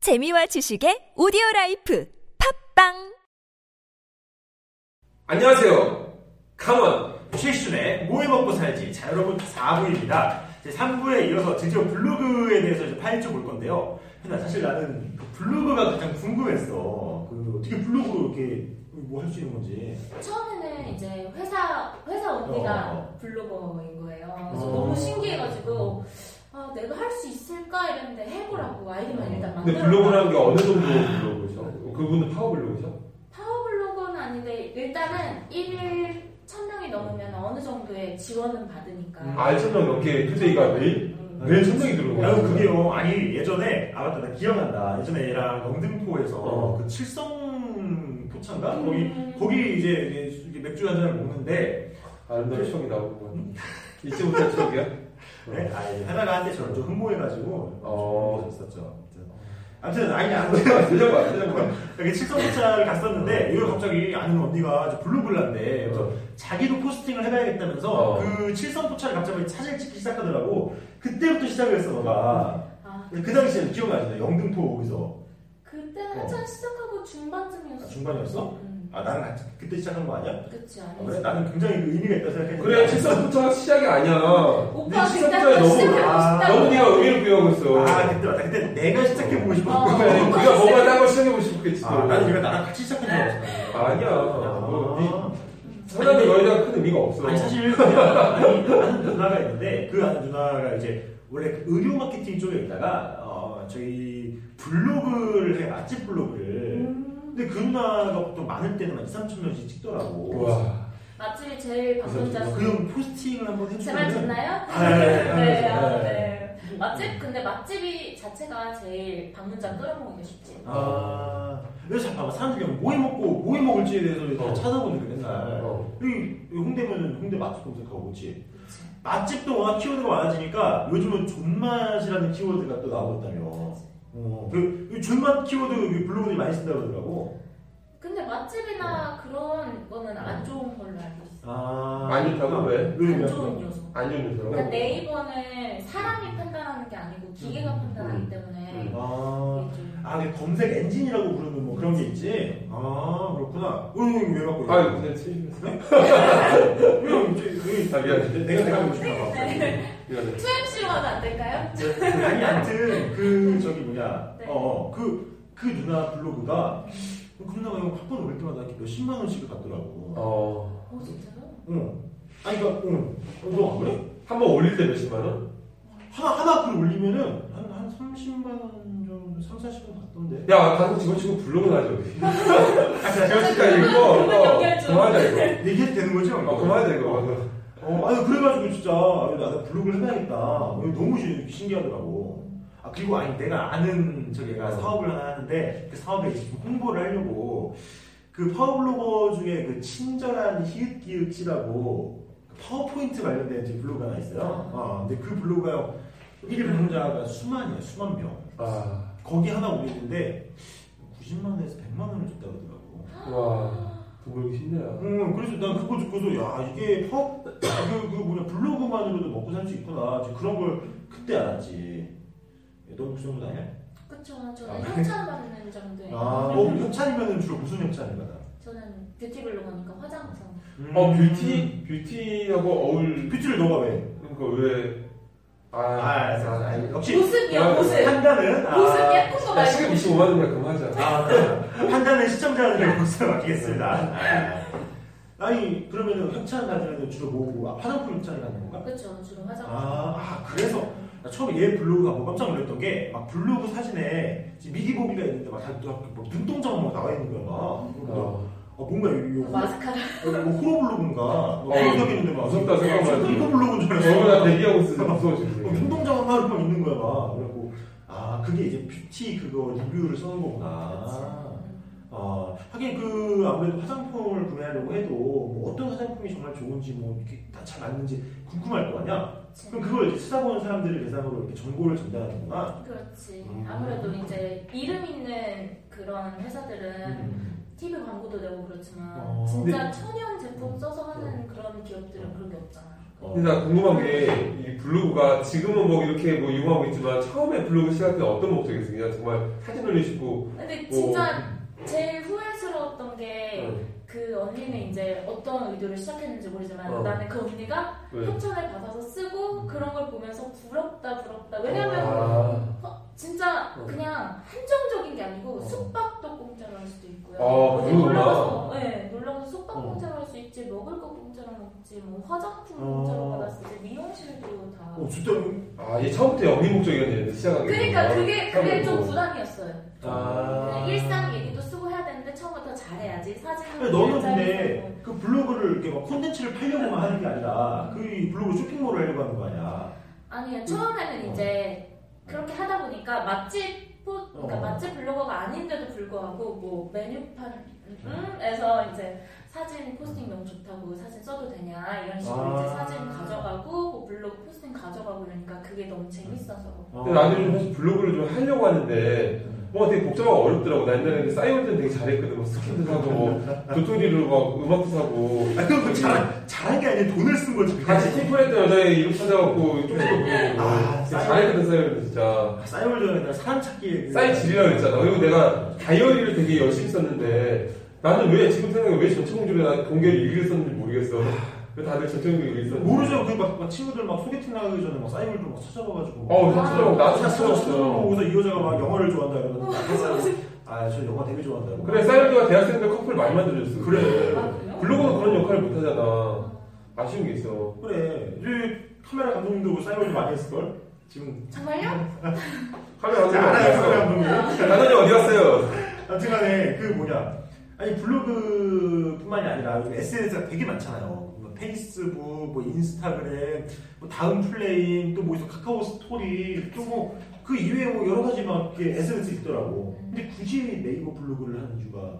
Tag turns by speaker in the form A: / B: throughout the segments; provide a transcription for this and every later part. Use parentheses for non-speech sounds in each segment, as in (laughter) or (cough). A: 재미와 지식의 오디오 라이프 팝빵!
B: 안녕하세요. 강원.
C: 최순의 뭐 해먹고 살지 자 여러분 4부입니다 제 3부에 이어서 드디어 블로그에 대해서 이제 파헤쳐 볼 건데요 근데 사실 나는 그 블로그가 가장 궁금했어 그 어떻게 블로그 이렇게 뭐 할 수 있는 건지
D: 처음에는 이제 네, 회사 회사 언니가
C: 어.
D: 블로거인 거예요. 그래서
C: 어.
D: 너무 신기해가지고 아, 내가 할 수 있을까 이랬는데 해보라고 아이디만 일단
B: 근데
D: 만들어.
B: 블로그라는 게 어느 정도 블로그죠? 그분은 파워 블로그죠?
D: 파워 블로거는 아닌데 일단은 일일 천 명이 넘으면 어느 정도의 지원은 받으니까.
C: 음,
B: 아, 1천명 넘게 투데이가 매일?
D: 음.
B: 매일 천명이 들어오고.
C: 여러분 아, 네. 그게요 아니 예전에 아 맞다 나 기억난다 예전에 얘랑 영등포에서
B: 어.
C: 그 칠성 포차인가
D: 음.
C: 거기 거기 이제, 이제 이렇게 맥주 한 잔을 먹는데
B: 아름다운 추억이 나오고. 잊지 못할 추억이야?
C: 음. 네? 아, 이제 하나가 한테 저를 좀 흠모해가지고
B: 음. 어.
C: 어. 있었죠 아무튼 (laughs) 아니 안 돼.
B: 들려봐, 들려봐.
C: 여기 칠성포차를 갔었는데 이걸 갑자기 아는 언니가 이제 블로그란데 그래서 자기도 포스팅을 해봐야겠다면서
B: 어.
C: 그 칠성포차를 갑자기 사진 찍기 시작하더라고 그때부터 시작을 했어 너가
D: 아
C: 근데 그 당시에는 기억나시나 영등포 거기서
D: 그때는
C: 어.
D: 한참 시작하고 중반쯤이었어.
C: 아, 중반이었어?
D: 음.
C: 아 나는 아직 그때 시작한 거 아니야?
D: 그치
C: 아,
D: 아니지.
C: 그래? 나는 굉장히 그 의미가 있다 생각했는데
B: 그래, 칠성부터 시작이 아니야.
D: 오빠
B: 네
D: 그때
B: 시작부터
D: 한번
B: 너무,
D: 시작해보고
C: 아,
D: 싶다고.
B: 너무 네가 의미를 부여하고 있어.
C: 아 그때 맞다 그때 내가 시작해보고
D: 어.
C: 싶었어
B: 그래, 네가 뭔가 딴걸 시작해보고 싶겠지.
C: 아, 나는 이거 나랑 같이 시작한 줄 알았어
B: 아니야.
C: 아.
B: 사람이 너희가 큰 의미가 없어.
C: 아니 사실 그냥 아니, 아는 누나가 있는데 그 아는 누나가 이제 원래 그 의류 마케팅 쪽에 있다가 어, 저희 블로그를 해 맛집 블로그를
D: 음.
C: 근데 그 누나가 보통 많을 때는 한 2, 3천 명씩 찍더라고
B: 와.
D: 맛집이 제일 방문자 수
C: 그 포스팅을 한번 해주면
D: 제말 좋나요?
C: 아, 네, 네, 네,
D: 네,
C: 네.
D: 아, 네. 맛집 근데 맛집이 자체가 제일 방문자 끌어모으기 쉽지.
C: 아 그래서 잠깐만 사람들이 뭐 해 먹고 뭐 해 먹을지에 대해서 다
B: 어.
C: 찾아보는 게 맨날
B: 어.
C: 여기 홍대면 홍대 맛집 검색하고 오지 맛집도 워낙 키워드가 많아지니까 요즘은 존맛이라는 키워드가 또 나오고 있다며 그, 이 존맛 키워드 이 블로그들이 많이 쓴다고 그러더라고
D: 근데 맛집이나
C: 네.
D: 그런 거는 안 좋은 걸로 알고 있어.
C: 아
B: 안 좋다고? 왜?
C: 왜?
D: 안 좋은 요소.
B: 안 좋은
D: 그러니까
B: 사람.
C: 네.
D: 네이버는 사람이 판단하는 게 아니고
C: 음.
D: 기계가 판단하기
B: 음.
D: 때문에
C: 아,
D: 이게 좀
C: 아, 그 검색 엔진이라고 부르는 뭐 그런 게 있지? 아, 그렇구나. 응, 응, 왜 갖고
B: 아유, 그냥 치시면.
C: 응, 이제, 응.
B: 아, 미안해.
C: 내가 내가 보고 싶나 봐. 네.
B: 미안해.
D: 2MC로 하면 안 될까요?
C: 아니 아무튼 그 저기 뭐냐
D: 네.
C: 어그그 누나 블로그가 그 누나가 이거 팝콘 올릴 때마다 이렇게 몇십만 원씩을 갖더라고 아,
B: 어.
D: 어 진짜요?
C: 응 아니 그러니까 응너안 그래?
B: 한 번 올릴 때 몇십만 원?
C: 하나 하나 글 올리면은 한, 한 30만 원 정도 3, 40만 받던데
B: 야, 가서 집어치고 블로그나
D: (laughs)
B: 하자, 우리.
C: 아
B: 그러니까 이거,
D: 그건 연결
B: 이거,
D: 좀.
B: 그만하자, 이거.
C: 얘기해도 되는 거죠?
B: 어, 그만하자, 이거. 맞아.
C: 어, 아니 그래가지고 진짜 아니, 나 블로그를 해봐야겠다 어, 이거 너무 신- 신기하더라고 아 그리고 아니 내가 아는 저기 가
B: 어.
C: 사업을 하나 하는데 그 사업에 이제 좀 홍보를 하려고 그 파워블로거 중에 그 친절한 히읗기읗이라고 그 파워포인트 관련된 이제 블로그 하나 있어요 어, 근데 그 블로그가 1일 방문자가 수만이에요 수만 명
B: 아,
C: 거기 하나 올리는데 90만원에서 100만원을 줬다고 그러더라고
B: 와. 돈 벌기 힘내라.
C: 음, 그래서 난 그거 듣고서 야 이게 팝, 그, 그 뭐냐 블로그만으로도 먹고 살 수 있구나 이제 그런 걸 그때 알았지. 너무 그 정도 아니야? 네.
D: 그쵸 저는 협찬 받는 정도예요.
C: 아, 어. 너 협찬이면 주로 무슨 협찬인가 나?
D: 저는 뷰티 블로거니까 화장품.
B: 어, 뷰티? 뷰티하고 어울.
C: 음. 뷰티를 너가 왜?
B: 그러니까 왜. 아,
C: 아, 알았어, 알았어. 아니, 역시
D: 모습이야 모습.
C: 판단은
D: 모습
C: 아,
D: 예쁜 거
B: 야,
D: 말고.
B: 시급 25만 원이야, 그만하자.
C: 아, 그럼. 판단은 시청자들의 모습을 맡기겠습니다. 아. 아니 그러면은 협찬 받으면 주로 뭐고 아, 화장품 협찬을 받는 건가?
D: 그렇죠 주로 화장품.
C: 아, 아, 그래서 나 처음에 얘 블로그 가고 뭐 깜짝 놀랐던 게 막 블로그 사진에 지금 미디보기가 있는데 막, 다, 막, 막 눈동자가 막 나와 있는 거야 막 어.
B: 어.
C: 아, 뭔가 이거
D: 마스카라.
C: 호로 블로그인가 호로적인데 막
B: 어. 무섭다 생각만 해도.
C: 호로 블로그인 줄
B: 저거 나
C: 알았어
B: 대기하고 있어.
C: 어,
B: 무서워지네.
C: 눈동자가 막 이렇게 막 있는 거야 막 그래갖고 아 그게 이제 뷰티 그거 리뷰를 써는 거구나 아, 하긴 그 아무래도 화장품을 구매하려고 해도 뭐 어떤 화장품이 정말 좋은지 뭐 이렇게 다 잘 맞는지 궁금할 거 아니야 그럼 그걸 이제 찾아보는 사람들을 대상으로 이렇게 정보를 전달하는구나.
D: 그렇지.
C: 음.
D: 아무래도 이제 이름 있는 그런 회사들은
B: 음.
D: TV 광고도 내고 그렇지만
C: 어,
D: 진짜
C: 근데-
B: 음. 네.
D: 천연 제품 써서 하는 그런 기업들은 그런 게 없잖아.
C: 어.
B: 근데 나 궁금한 게 이 블로그가 지금은 뭐 이렇게 뭐 이용하고 있지만 처음에 블로그 시작할 때 어떤 목적이었어요? 그냥 정말 사진 올리시고
D: 근데
B: 뭐
D: 진짜 제일 후회스러웠던 게
B: 어,
D: 그 언니는 이제 어떤 의도를 시작했는지 모르지만
B: 어. 네. 음.
D: 나는 그 언니가
B: 왜?
D: 협찬을 받아서 쓰고 그런 걸 보면서 부럽다 부럽다 왜냐면
B: 아,
D: 어, 진짜
B: 어.
D: 그냥 한정적인 게 아니고
C: 어.
D: 숙박도 공짜로 할 수도 있고요.
B: 아,
D: 어디
B: 그러구나.
D: 놀러가서 네, 놀러가서 숙박
C: 어.
D: 공짜로 할 수 있지, 먹을 거 공짜로 먹지, 뭐 화장품
C: 어.
D: 공짜로 받았을 때 미용실도 다.
C: 어, 진짜
B: 아, 이게 처음부터 영리 목적이었는데 시작한 게.
D: 그러니까
B: 그거구나.
D: 그게 그게
B: 처음부터.
D: 좀 부담이었어요.
C: 아.
D: 그냥 일상 얘기도 쓰고 해야 되는데 처음부터 잘해야지 사진은
C: 근데 너는
D: 잘
C: 근데 그 블로그를 이렇게 막 콘텐츠를 팔려고만 하는 게 아니라 그 이 블로그 쇼핑몰을 하려고 하는 거 아니야.
D: 아니 처음에는
C: 어.
D: 이제 그렇게 하다 보니까 맛집 포 그러니까
C: 어.
D: 맛집 블로거가 아닌데도 불구하고 뭐 음?
C: 음.
D: 메뉴판에서 이제 사진 포스팅 너무 좋다고 사진 써도 되냐 이런 식으로
C: 아.
D: 이제 사진 가져가고 뭐 블로그 포스팅 가져가고 이러니까 그게 너무 재밌어서
C: 어.
B: 근데 나는 좀 사실 블로그를 좀 하려고 하는데
C: 음.
B: 뭔가 되게 복잡하고 어렵더라고. 나 옛날에 그 사이버 때는 되게 잘했거든. 막 스킨도 사고, 뭐 도토리로 막 음악도 사고.
C: 아, 그건 그 잘, 잘한 게 아니라 돈을 쓴 거지. 그게.
B: 같이 팀플했던 여자애 이름 찾아갖고 쪽지도 보내고.
C: 아,
B: 되게
C: 사이버.
B: 잘했거든, 사이버 진짜.
C: 아, 싸이 올려야 되나? 사람 찾기.
B: 사이 지리라고 했잖아. 그리고 내가 다이어리를 되게 열심히 썼는데 나는 왜 지금 생각해 왜 전체 공주를 나 공개를 1위를 썼는지 모르겠어. 왜 다들 전체 공개를 1위 썼는지.
C: 모르죠. 그막 막 친구들 막 소개팅 나가기 전에 막 싸이월드 막 찾아봐가지고.
B: 어, 다 찾아보고 나도 다 찾아봤어.
C: 찾아보고서 이 여자가 막 영화를 좋아한다
D: 어,
C: 이러는데.
D: 맞아, 맞아.
C: 아, 저 영화 되게 좋아한다.
B: 그래, 사이버가 대학생들 커플 많이 만들어줬어.
C: 그래.
D: 아, 그래요?
B: 블로그는 그런 역할을 못하잖아. 아쉬운 게 있어.
C: 그래. 이제 카메라 감독님도 싸이월드 많이 했을걸? 지금. 네.
D: 정말요?
C: 아,
B: 카메라 어디
C: 카메라
B: 갔어요?
C: 감독님.
B: 단원이 어디 갔어요?
C: 아무튼간에 그 뭐냐 아니 블로그뿐만이 아니라 요즘 SNS가 되게 많잖아요. 뭐 페이스북, 뭐 인스타그램, 뭐 다음 플레이, 또뭐 있어 카카오 스토리, 또 뭐 그 이외에 뭐 여러 가지 막 이렇게 SNS 있더라고. 근데 굳이 네이버 블로그를 하는 이유가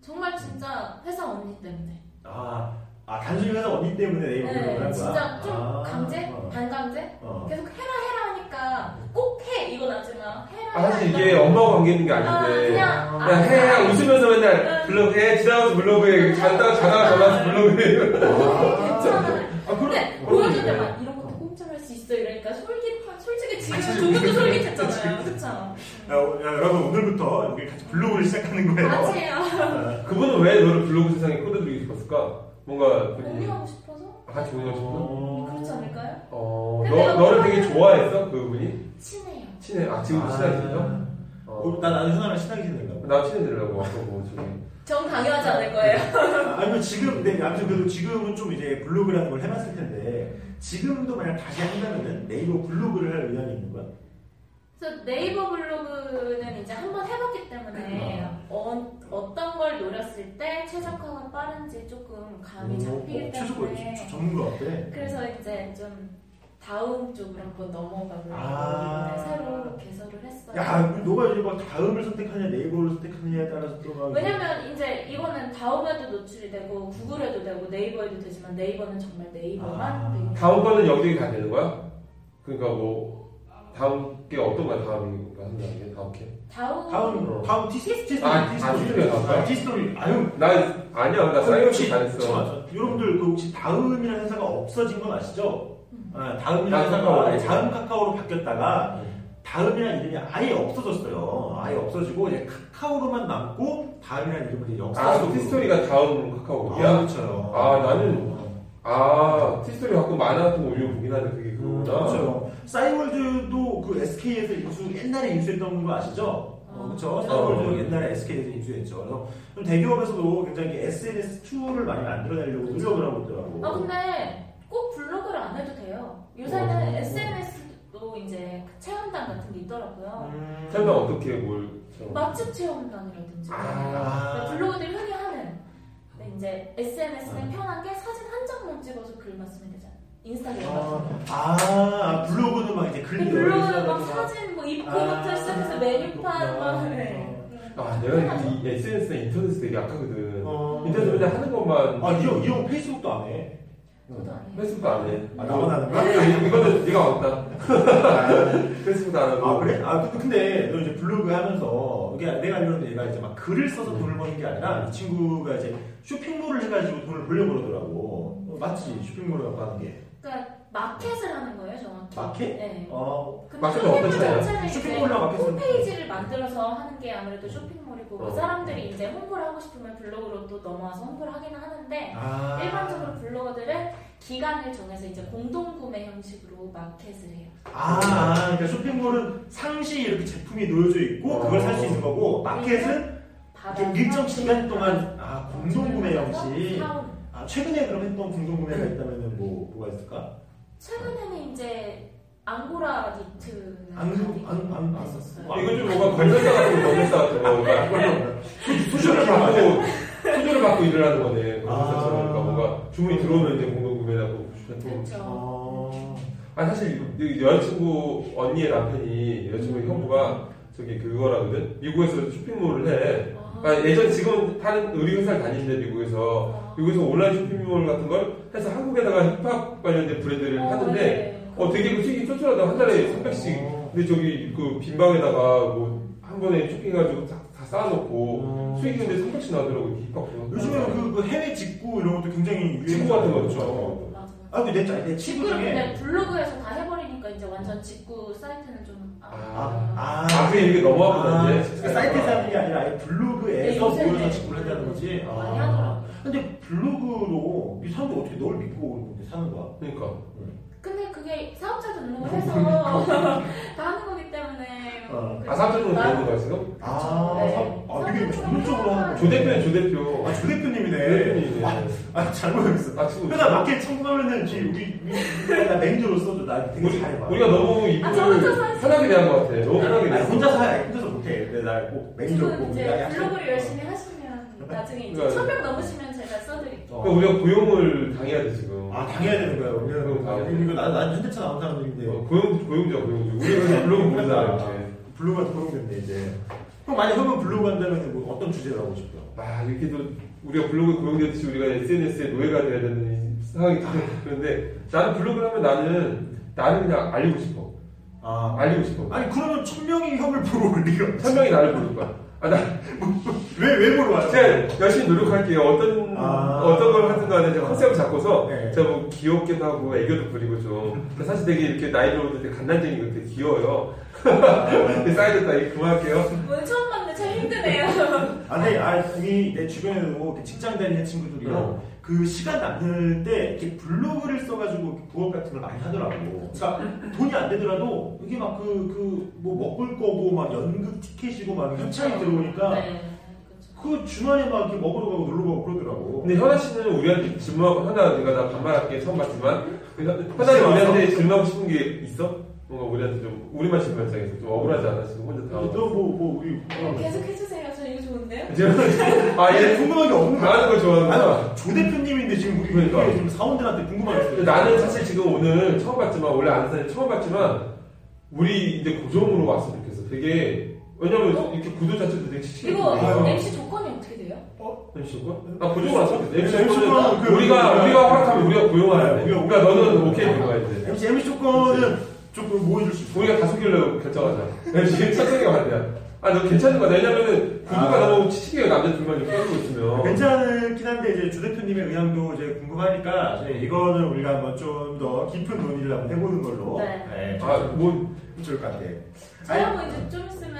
D: 정말 진짜 회사 언니 때문에
C: 아, 아 단순히 그래서 언니 때문에 네이버 블로그를 한 거야.
D: 진짜 좀
C: 아,
D: 강제?
C: 어.
D: 반강제?
C: 어.
D: 계속 해라 해라 하니까 꼭 해 이건 아니지만 해라
B: 아, 사실
D: 해라
B: 이게
D: 하니까
B: 엄마와 관계 있는 게
D: 아,
B: 아닌데.
D: 그냥
B: 그냥 해, 해, 웃으면서 맨날 블로그 해, 지나가서 블로그 해, 자다가 자다가 전화해서 블로그 해.
D: 아,
C: 아,
D: 근데
B: 그러니까.
D: 보여줄 때막 이런 것도 공짜로 할 수 있어 이러니까 솔깃 솔직히 지금 조금도 솔깃했잖아요 그쵸?
C: 야, 야, 여러분 오늘부터 우리 같이 블로그를 시작하는 거예요. 네.
D: 같이 해요
B: 그분은 왜 너를 블로그 세상에 끌어들이고 싶었을까? 뭔가 본인이
D: 공유하고 싶어서
B: 아, 같이 운영 아, 싶어?
D: 그렇지 않을까요?
B: 어, 너, 너를 되게 좋아했어? 그분이?
D: 친해요
B: 친해, 아, 지금도 친해지죠?
C: 어,
B: 어,
C: 나 나는 현아랑 친하게 지내려고.
B: 나 친해지려고. 아까 뭐, 저기.
D: 전 강요하지 않을 거예요
C: 아니 뭐 지금 네, 아무튼 그래도 지금은 좀 이제 블로그라는 걸 해봤을 텐데 지금도 만약 다시 한다면은 네이버 블로그를 할 의향이 있는 거야?
D: 그래서 네이버 블로그는 이제 한번 해봤기 때문에 어, 어떤 걸 노렸을 때 최적화가 빠른지 조금 아, 감이 잡히기
C: 어, 최소권
D: 때문에
C: 전문가 같대.
D: 그래서 이제 좀 다음 쪽으로 한번 넘어가고
C: 아.
D: 새로 개설을 했어요.
C: 야, 우리 너가 이제 막 다음을 선택하냐 네이버를 선택하냐에 따라서 또 막.
D: 왜냐면 이제 이거는 다음에도 노출이 되고 구글에도 되고 네이버에도 되지만 네이버는 정말
C: 아.
D: 네이버만 되고
B: 다음 번은 여기 가야 되는 거야? 그러니까 뭐, 다음 게 어떤 거야, 다음 거 한다는 게? 다음 게?
D: 다음,
C: 뭐? 다음 다음 티스 티스
B: 아, 아, 티스토리 갈까요?
C: 티스토리 아유.
B: 나 아니야 나 사이버시 안 했어
C: 잠깐만, 여러분들 그 혹시 다음이라는 회사가 없어진 건 아시죠?
D: 음.
C: 아, 다음이라는
B: 다음
C: 회사가
B: 카카오.
C: 아예 다음 카카오로
B: 아,
C: 바뀌었다가 다음이라는 이름이 아예 없어졌어요. 아예 없어지고 이제 카카오로만 남고 다음이라는 이름을 이제
B: 아
C: 역사적으로
B: 그 티스토리가 다음
C: 아,
B: 카카오북이야?
C: 그렇죠.
B: 아, 나는- 아 티스토리 갖고 만화 같은 거 올려보긴 하는데 그게 그거구나
C: 음, 그렇죠. 싸이월드도 그 SK에서 인수 옛날에 인수했던 거 아시죠? 어, 그렇죠.
D: 아.
C: 싸이월드
B: 어.
C: 옛날에 SK에서 인수했죠. 그래서 좀 대기업에서도 굉장히 SNS 툴을 많이 만들어내려고 노력을 하고 있더라고.
D: 아 근데 꼭 블로그를 안 해도 돼요. 요새는
C: 어.
D: SNS도 이제 그 체험단 같은 게 있더라고요.
C: 음.
B: 설마 어떻게 뭘
D: 맛집 체험단이라든지 그러니까
C: 아.
D: 블로그들이 흔히 하는 근데 이제 SNS는 편하게 사진 한 장만 찍어서 글만 쓰면 되잖아요. 인스타그램 같은 거.
C: 아, 아, 블로그는 막 이제
D: 근데
C: 글이
D: 블로그는
C: 열리잖아.
D: 막 사진 뭐
C: 아,
D: 입고부터 시작해서 메뉴판
C: 그렇구나.
D: 막 네.
B: 아 내가 이 SNS나 인터넷에 되게 약하거든
C: 어.
B: 인터넷 맨날 하는 것만
C: 아, 이 형, 이 형 페이스북도 안 해. 네.
D: 저도 안 해요.
B: 페이스북도 안해
C: 아, 나만 하는 거야?
B: 이거는 네가 왔다 페이스북도 안 하고
C: 아 그래? 아 그- 근데 너 이제 블로그 하면서 이게 내가 알기로는 얘가 이제 막 글을 써서 돈을 버는 게 아니라 이 친구가 이제 쇼핑몰을 해가지고 돈을 벌려고 그러더라고 어, 맞지? 쇼핑몰을 갖고 하는 게
D: 그러니까 마켓을 하는 거예요, 정확히.
C: 마켓?
D: 네.
C: 어,
D: 근데
B: 마켓은
D: 쇼핑몰
B: 어떤 차예요?
D: 자체는 이제
C: 쇼핑몰이랑 음. 마켓은
D: 홈페이지를 만들어서 하는 게 아무래도 쇼핑몰이고
B: 어.
D: 그 사람들이 이제 홍보를 하고 싶으면 블로그로 또 넘어와서 홍보를 하기는 하는데
C: 아.
D: 일반적으로 블로거들은 기간을 정해서 이제 공동 구매 형식으로 마켓을 해요.
C: 아, 아, 그러니까 쇼핑몰은 상시 이렇게 제품이 놓여져 있고 그걸 살 수 있는 거고 마켓은
D: 받아서
C: 이렇게 일정 시간 동안 아 공동 구매
D: 받아서
C: 형식.
D: 사오는.
C: 아 최근에 그럼 했던 공동 구매가
B: 네.
C: 있다면은 뭐 뭐가 있을까?
D: 최근에는 이제 앙고라 니트
C: 안- 안- 안- 안-
D: 했었어요.
C: 안-
B: 이건 좀 뭔가 관련사 같은 관련사 같은 거
C: 아,
B: 뭔가
C: 네.
B: 이걸로 수주를 받고 수주를 받고 일을 하는 거네 관련사처럼 그러니까 뭔가 주문이 들어오면 이제 공동 구매하고 제품
D: 그렇죠.
C: 어.
B: 아 사실 이 여자친구 언니의 남편이 여자친구 의 형부가 저기 그거라거든 미국에서 쇼핑몰을 해 아, 예전 지금 다른 의류 회사를 다니는데 미국에서 미국에서 온라인 쇼핑몰 같은 걸 해서 한국에다가 힙합 관련된 브랜드를
D: 아, 네.
B: 하는데 어 되게 그 수익이 쫄쫄하다 한 달에 300씩
C: 어.
B: 근데 저기 그 빈방에다가 뭐 한 번에 쇼핑해가지고 다, 다 쌓아놓고
C: 어.
B: 수익이 근데 300씩 나더라고 이게 힙합
C: 요즘에는 그, 그 해외 직구 이런 것도 굉장히 유행.
B: 지구 같은 거 있죠
D: 맞아요.
C: 아, 근데 내, 짜- 내 친구
D: 직구를 근데
C: 중에
D: 블로그에서 다 해버리니까 이제 완전 직구 사이트는 좀 안-
C: 아,
B: 아 그게 이게 넘어왔구나
C: 아,
B: 이제
C: 그러니까 사이트에 서 하는 게 아니라 아예
D: 네,
C: 블로그에서
D: 요새는
C: 모여서 직구를 한다는 거지. 아.
D: 많이 하더라고요.
C: 근데 블로그로 이 사람들 어떻게 널 믿고 오는데 사는 거야?
B: 그러니까
D: 근데 그게 사업자
B: (laughs)
D: 등록을 해서 다 하는 거기 때문에
C: 어.
D: 그-
B: 아 사촌은
D: 나-
B: 되는 거야 지금?
C: 아,
D: 네.
C: 사- 아 되게
D: 사람들은
C: 전문적으로 하는 거야.
B: 조 대표야 조 대표
C: 아, 조 대표님이네.
B: 대표님이네.
C: 아, 아, 잘못했어.
B: 아 지금
C: 회사 마켓 청구하면은 지 우리 우리 나 매니저로서 나 되게
B: 우리,
C: 잘해. 봐.
B: 우리가 너무
D: 아, 저 혼자서
B: 이분을
D: 하지.
B: 편하게 대한 것 같아 너무 편하게
C: 아니,
B: 대한
C: 혼자서 해. 혼자서 못해. 근데 나꼭 어.
D: 지금
C: 매니저고.
D: 이제 블로그를 열심히 하시면 나중에 이제
B: 그러니까.
D: 천명 넘으시면 제가 써드릴게요.
B: 그러니까 우리가 고용을 당해야 돼 지금
C: 어. 아 당해야 되는 거야.
B: 그럼
C: 우리는 아,
B: 당연히.
C: 이거 난, 난 현대차 나온 사람들인데
B: 어, 고용, 고용자 고용자 우리가 블로그 모르는 사람
C: 아.
B: 이렇게
C: 블로그가 도움됐네 이제. 그럼 만약 형은 블로그 한다면 뭐 어떤 주제로 하고 싶어요?
B: 아 이렇게도 우리가 블로그 고용됐듯이 우리가 SNS의 노예가 돼야 되는 이 상황이 그런데 나는 블로그를 하면 나는 나는 그냥 알리고 싶어
C: 아
B: 알리고 싶어
C: 아니 그러면 천 명이 형을 보러 올 리가 없지.
B: 천명이 나를 부를 거야 아, 나,
C: 왜왜 보러 와요?
B: 제가 열심히 노력할게요. 어떤,
C: 아.
B: 어떤 걸 하든 간에 제가 컨셉을 잡고서
C: 네.
B: 제가 뭐 귀엽기도 하고 애교도 부리고 좀. 근데 사실 되게 이렇게 나이 들어도 되게 간단쟁이 같아. 귀여워요.
C: 아,
B: 근데 쌓여졌다. 이거 그만할게요.
D: 오늘 처음 봤는데 참 힘드네요.
C: 아니, 아니, 내 주변에도 그 직장 다니는 친구들이랑
B: 네.
C: 그 시간 남을 때 이렇게 블로그를 써가지고 이렇게 부업 같은 걸 많이 하더라고. 그러니까 돈이 안 되더라도 이게 막 그, 그, 뭐 먹을 거고 막 연극 티켓이고 막 협찬이 들어오니까
D: 네. 그렇죠.
C: 그 주말에 막 이렇게 먹으러 가고 놀러 가고 그러더라고.
B: 근데 현아 씨는 우리한테 질문하고, 현아, 내가 나 반말할게. 처음 봤지만. 현아이 우리한테 질문하고 싶은 게 있어? 뭔가 우리한테 좀, 우리만 질문하자겠어. 좀 억울하지 않아? 지금 혼자 다. (laughs)
C: 너뭐 뭐 우리
D: 어, 계속 해주세요. 저 이거 좋은데요?
B: 지금- 아,
C: 아니
B: 얘
C: 궁금한 게 없는 거야.
B: 당하는 걸 좋아하는구나.
C: 아니 조 대표님인데 지금 우리
B: 그러니까.
C: 이게 지금 사원들한테 궁금한 게
B: 근데
C: 있어요.
B: 나는 사실 지금 오늘 처음 봤지만 원래 아는 사람이 처음 봤지만 우리 이제 고정으로 왔으면 좋겠어. 되게 왜냐면
D: 어?
B: 이렇게 구도 자체도 되게 치고
D: 이거
C: 아.
D: MC 조건이 어떻게 돼요?
B: MC 조건? 아 고정 왔으면 좋겠어.
C: MC
B: MC 조건
C: 조건은 그-
B: 우리가 우리가 허락하면 우리가 고용하는데.
C: 우리가
B: 그러니까 너는
C: 우리가
B: 오케이
C: 우리가
B: 들어가야 돼.
C: MC MC 조건은 조금 모여줄 수 있어.
B: 우리가 다섯 개로 결정하자. MC 괜찮은 게 맞냐? 아너 괜찮은 거야. 왜냐면은 구도가
C: 아.
B: 너무 치치게 남자 둘만 이렇게 끼고
C: 어,
B: 있으면.
C: 괜찮긴 한데 이제 주 대표님의 의향도 이제 궁금하니까 이제 이거는 우리가 한번 좀 더 깊은 논의를 한번 해보는 걸로
D: 네.
C: 네, 좀
B: 아뭐
C: 좋을 것 같아요.
D: 저야 뭐 이제 좀
C: 음.
D: 있으면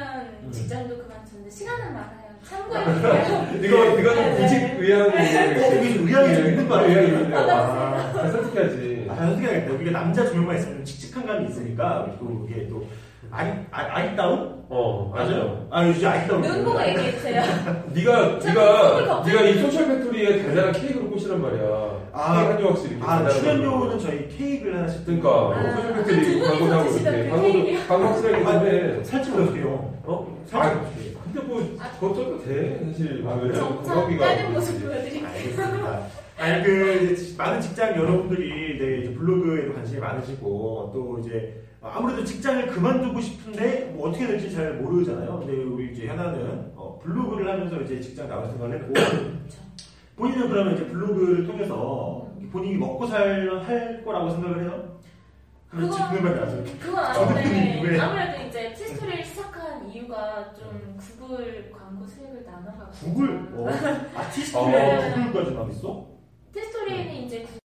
D: 직장도 그만두는데 시간은 많아요. 참고해주세요.
C: (laughs)
B: 이거 이거는
D: 네,
B: 구직
D: 네.
B: 의향이 네,
C: 되게 좀 의향이 좀 있는 거
B: 의향이
C: 같아요.
B: 있네요.
C: 아,
B: 아, 선택해야지.
C: 아, 어떻게 하겠다. 우리가 남자 두 명만 있으면 좀 칙칙한 감이 있으니까 우리 또 이게 또 아이 아, 이다운
B: 어
C: 아 요즘 아이다운.
D: 눈 보고
C: (laughs)
D: 얘기해주세요.
B: 네가
D: 참,
B: 네가
D: 소리가
B: 네가 이 소셜 팩토리에 달달한 케이크를 꼬시란 말이야.
C: 아.
B: 케이크 한 조각씩 이렇게.
C: 아
B: 달달한
C: 출연료는
B: 걸로.
C: 저희 케이크를 하나씩
B: 그러니까
D: 아,
B: 소셜
D: 두
B: 팩토리
D: 분이서
B: 광고 하고
D: 드시던
B: 이렇게
D: 그
B: 광고
D: 케이크요?
B: 광고 확실하게
C: 아,
B: 근데
C: 살짝 어떻게요?
B: 어?
C: 살짝
B: 아
C: 어떻게?
B: 근데 뭐 걱정도 돼 사실.
C: 아,
B: 왜냐면
D: 정상
B: 광고비가
D: 짜는 모습 보여드릴게요.
C: 알겠습니다. 아니 그 이제 많은 직장 여러분들이 네, 이제 블로그에 관심이 많으시고 또 이제 아무래도 직장을 그만두고 싶은데 뭐 어떻게 될지 잘 모르잖아요. 근데 우리 이제 현아는 어, 블로그를 하면서 이제 직장 나올 생각을 했고 본인은 그러면 이제 블로그를 통해서 본인이 먹고 살 할 거라고 생각을 해요? 아, 그렇지
D: 그건-
C: 그만 나서
D: 그건
C: 왜?
D: 아닌데 아무래도 이제 티스토리를 시작한 이유가 좀 구글 광고 수익을 나눠가고
C: 구글 음. 어. 아티스트에
B: 어.
C: 구글까지 막 있어?
D: 티스토리에는 이제